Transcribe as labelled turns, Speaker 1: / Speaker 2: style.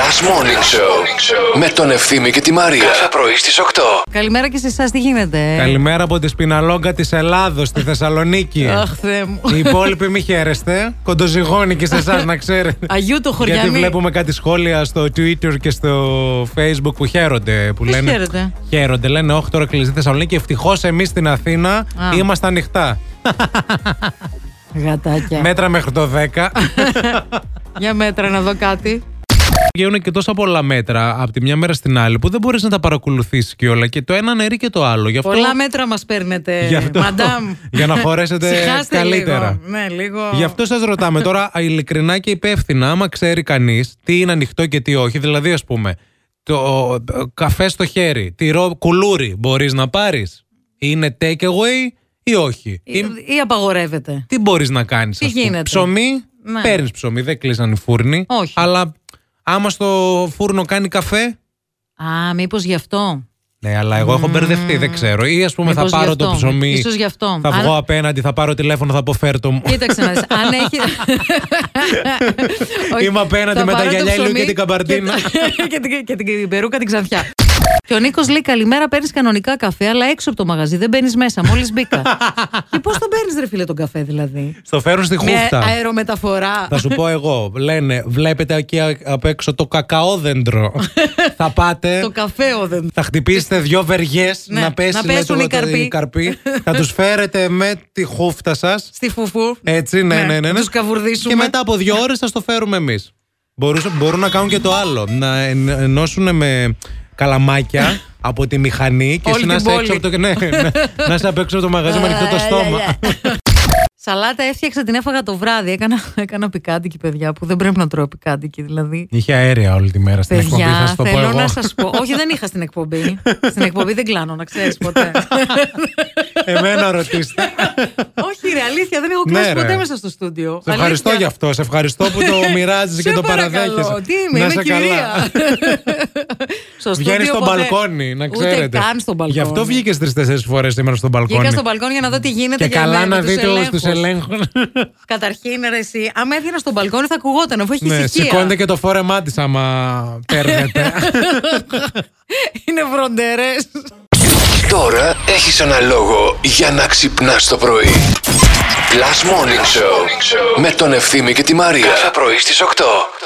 Speaker 1: Last Morning Show με τον Ευθύμη και τη Μαρία. Κάθε πρωί στις 8.
Speaker 2: Καλημέρα και σε εσάς, τι γίνεται. ε?
Speaker 3: Καλημέρα από τη Σπιναλόγκα της Ελλάδος, στη Θεσσαλονίκη.
Speaker 2: Αχ, Θεέ μου.
Speaker 3: Οι υπόλοιποι μη χαίρεστε. Κοντοζυγώνει και σε εσάς να ξέρετε.
Speaker 2: Αγίου το χωριανί.
Speaker 3: Γιατί βλέπουμε κάτι σχόλια στο Twitter και στο Facebook που χαίρονται. Που
Speaker 2: Πώς
Speaker 3: λένε,
Speaker 2: χαίρονται?
Speaker 3: Χαίρονται. Λένε, Όχι, τώρα κλειστή Θεσσαλονίκη. Ευτυχώς εμείς στην Αθήνα είμαστε ανοιχτά.
Speaker 2: Γατάκια.
Speaker 3: Μέτρα μέχρι το 10.
Speaker 2: Για μέτρα να δω κάτι.
Speaker 3: Βγαίνουν και τόσα πολλά μέτρα από τη μια μέρα στην άλλη που δεν μπορείς να τα παρακολουθήσεις κιόλα και το ένα νερί και το άλλο. Γι' αυτό
Speaker 2: Πολλά μέτρα μας παίρνετε,
Speaker 3: Γι' αυτό-
Speaker 2: μαντάμ.
Speaker 3: για να χωρέσετε
Speaker 2: Συχάστε
Speaker 3: καλύτερα.
Speaker 2: Λίγο. Ναι, λίγο.
Speaker 3: Γι' αυτό σας ρωτάμε τώρα α, ειλικρινά και υπεύθυνα, άμα ξέρει κανείς τι είναι ανοιχτό και τι όχι. Δηλαδή, ας πούμε, το ο, ο, καφέ στο χέρι, τυρό κουλούρι, μπορείς να πάρεις. Είναι takeaway ή όχι.
Speaker 2: Ή,
Speaker 3: Ή,
Speaker 2: ή απαγορεύεται.
Speaker 3: τι μπορείς να κάνεις,
Speaker 2: Ε, Τι γίνεται.
Speaker 3: Ψωμί,
Speaker 2: Ναι.
Speaker 3: παίρνεις ψωμί, δεν κλείσαν οι φούρνοι.
Speaker 2: Όχι.
Speaker 3: Αλλά άμα στο φούρνο κάνει καφέ.
Speaker 2: Α, μήπως γι' αυτό.
Speaker 3: Ναι, αλλά εγώ έχω μπερδευτεί, δεν ξέρω. Ή ας πούμε, θα
Speaker 2: Μήπως
Speaker 3: πάρω
Speaker 2: γι'
Speaker 3: το
Speaker 2: αυτό.
Speaker 3: ψωμί.
Speaker 2: Ίσως γι' αυτό. Ε,
Speaker 3: Θα
Speaker 2: Αν-
Speaker 3: βγω απέναντι, θα πάρω τηλέφωνο, θα πω φέρτο μου.
Speaker 2: Κοίταξε να δεις, αν έχει. Όχι,
Speaker 3: Είμαι απέναντι
Speaker 2: θα
Speaker 3: με τα
Speaker 2: πάρω το
Speaker 3: γυαλιά ηλιού
Speaker 2: ψωμί
Speaker 3: και την καμπαρτίνα.
Speaker 2: και- και την- Και την περούκα την ξανθιά. Και ο Νίκος λέει: Καλημέρα, παίρνεις κανονικά καφέ, αλλά έξω από το μαγαζί δεν μπαίνεις μέσα. Μόλις μπήκα. και πώς τον παίρνεις, ρε φίλε, τον καφέ, δηλαδή.
Speaker 3: Στο φέρουν στη
Speaker 2: Με
Speaker 3: χούφτα.
Speaker 2: αερομεταφορά.
Speaker 3: Θα σου πω εγώ. Λένε, βλέπετε εκεί απ' έξω το κακαόδεντρο. θα
Speaker 2: Το
Speaker 3: πάτε,
Speaker 2: καφέ δεν.
Speaker 3: θα χτυπήσετε δυο βεργέ
Speaker 2: Ναι,
Speaker 3: να πέσει
Speaker 2: να
Speaker 3: λέει,
Speaker 2: πέσουν
Speaker 3: το-
Speaker 2: οι
Speaker 3: το-
Speaker 2: καρποί.
Speaker 3: θα τους φέρετε με τη χούφτα σας.
Speaker 2: Στη φουφού.
Speaker 3: Έτσι, ναι, ναι, ναι. ναι,
Speaker 2: Τους καβουρδίσουμε.
Speaker 3: Και μετά από δύο ώρες θα το φέρουμε εμείς. Μπορούν, μπορούν να κάνουν και το άλλο. Να εν- ενώσουν με καλαμάκια από τη μηχανή και
Speaker 2: Όλη
Speaker 3: εσύ να
Speaker 2: την πόλη.
Speaker 3: είσαι
Speaker 2: Ε,
Speaker 3: έξω από το, ναι, ναι, να είσαι απ' έξω από το μαγαζί με ανοιχτό το στόμα.
Speaker 2: Σαλάτα έφτιαξα την έφαγα το βράδυ. Έκανα, έκανα πικάντικη, παιδιά, που δεν πρέπει να τρώω πικάντικη. Δηλαδή,
Speaker 3: Είχε αέρια όλη τη μέρα στην εκπομπή, θα
Speaker 2: Παιδιά,
Speaker 3: σου το πω
Speaker 2: θέλω
Speaker 3: εγώ.
Speaker 2: να σας πω. Όχι, δεν είχα στην εκπομπή. Στην εκπομπή δεν κλάνω, να ξέρεις ποτέ. Ναι.
Speaker 3: Εμένα ρωτήστε.
Speaker 2: Όχι, ρε, αλήθεια, δεν έχω
Speaker 3: Ναι,
Speaker 2: κλάσει
Speaker 3: ρε.
Speaker 2: ποτέ μέσα στο στούντιο.
Speaker 3: Σε ευχαριστώ γι'
Speaker 2: Αλήθεια.
Speaker 3: αυτό. Σε ευχαριστώ που το μοιράζει και
Speaker 2: Σε
Speaker 3: το
Speaker 2: παρακαλώ.
Speaker 3: παραδέχεσαι.
Speaker 2: Τι είμαι,
Speaker 3: Να
Speaker 2: είμαι
Speaker 3: είσαι
Speaker 2: κυρία. στο
Speaker 3: Βγαίνεις
Speaker 2: στούντιο
Speaker 3: στο
Speaker 2: ποτέ.
Speaker 3: μπαλκόνι, να
Speaker 2: Ούτε
Speaker 3: ξέρετε.
Speaker 2: καν στο μπαλκόνι.
Speaker 3: Γι' αυτό βγήκε τρει-τέσσερι φορές σήμερα στο μπαλκόνι.
Speaker 2: Βγήκα στο μπαλκόνι για να δω τι γίνεται.
Speaker 3: Και
Speaker 2: για
Speaker 3: καλά
Speaker 2: εμένα,
Speaker 3: να
Speaker 2: με τους
Speaker 3: δείτε όλους
Speaker 2: ελέγχους.
Speaker 3: τους ελέγχους.
Speaker 2: Καταρχήν, ρε, εσύ, άμα έβγαινα στο μπαλκόνι θα ακουγόταν, αφού έχεις
Speaker 3: Ναι,
Speaker 2: ησυχία.
Speaker 3: σηκώνετε και το φόρεμά της άμα παίρνετε.
Speaker 2: Είναι βροντερές.
Speaker 1: Τώρα έχεις ένα λόγο για να ξυπνάς το πρωί. Last Morning Show με τον Ευθύμη και τη Μαρία. Κάθε πρωί στις 8.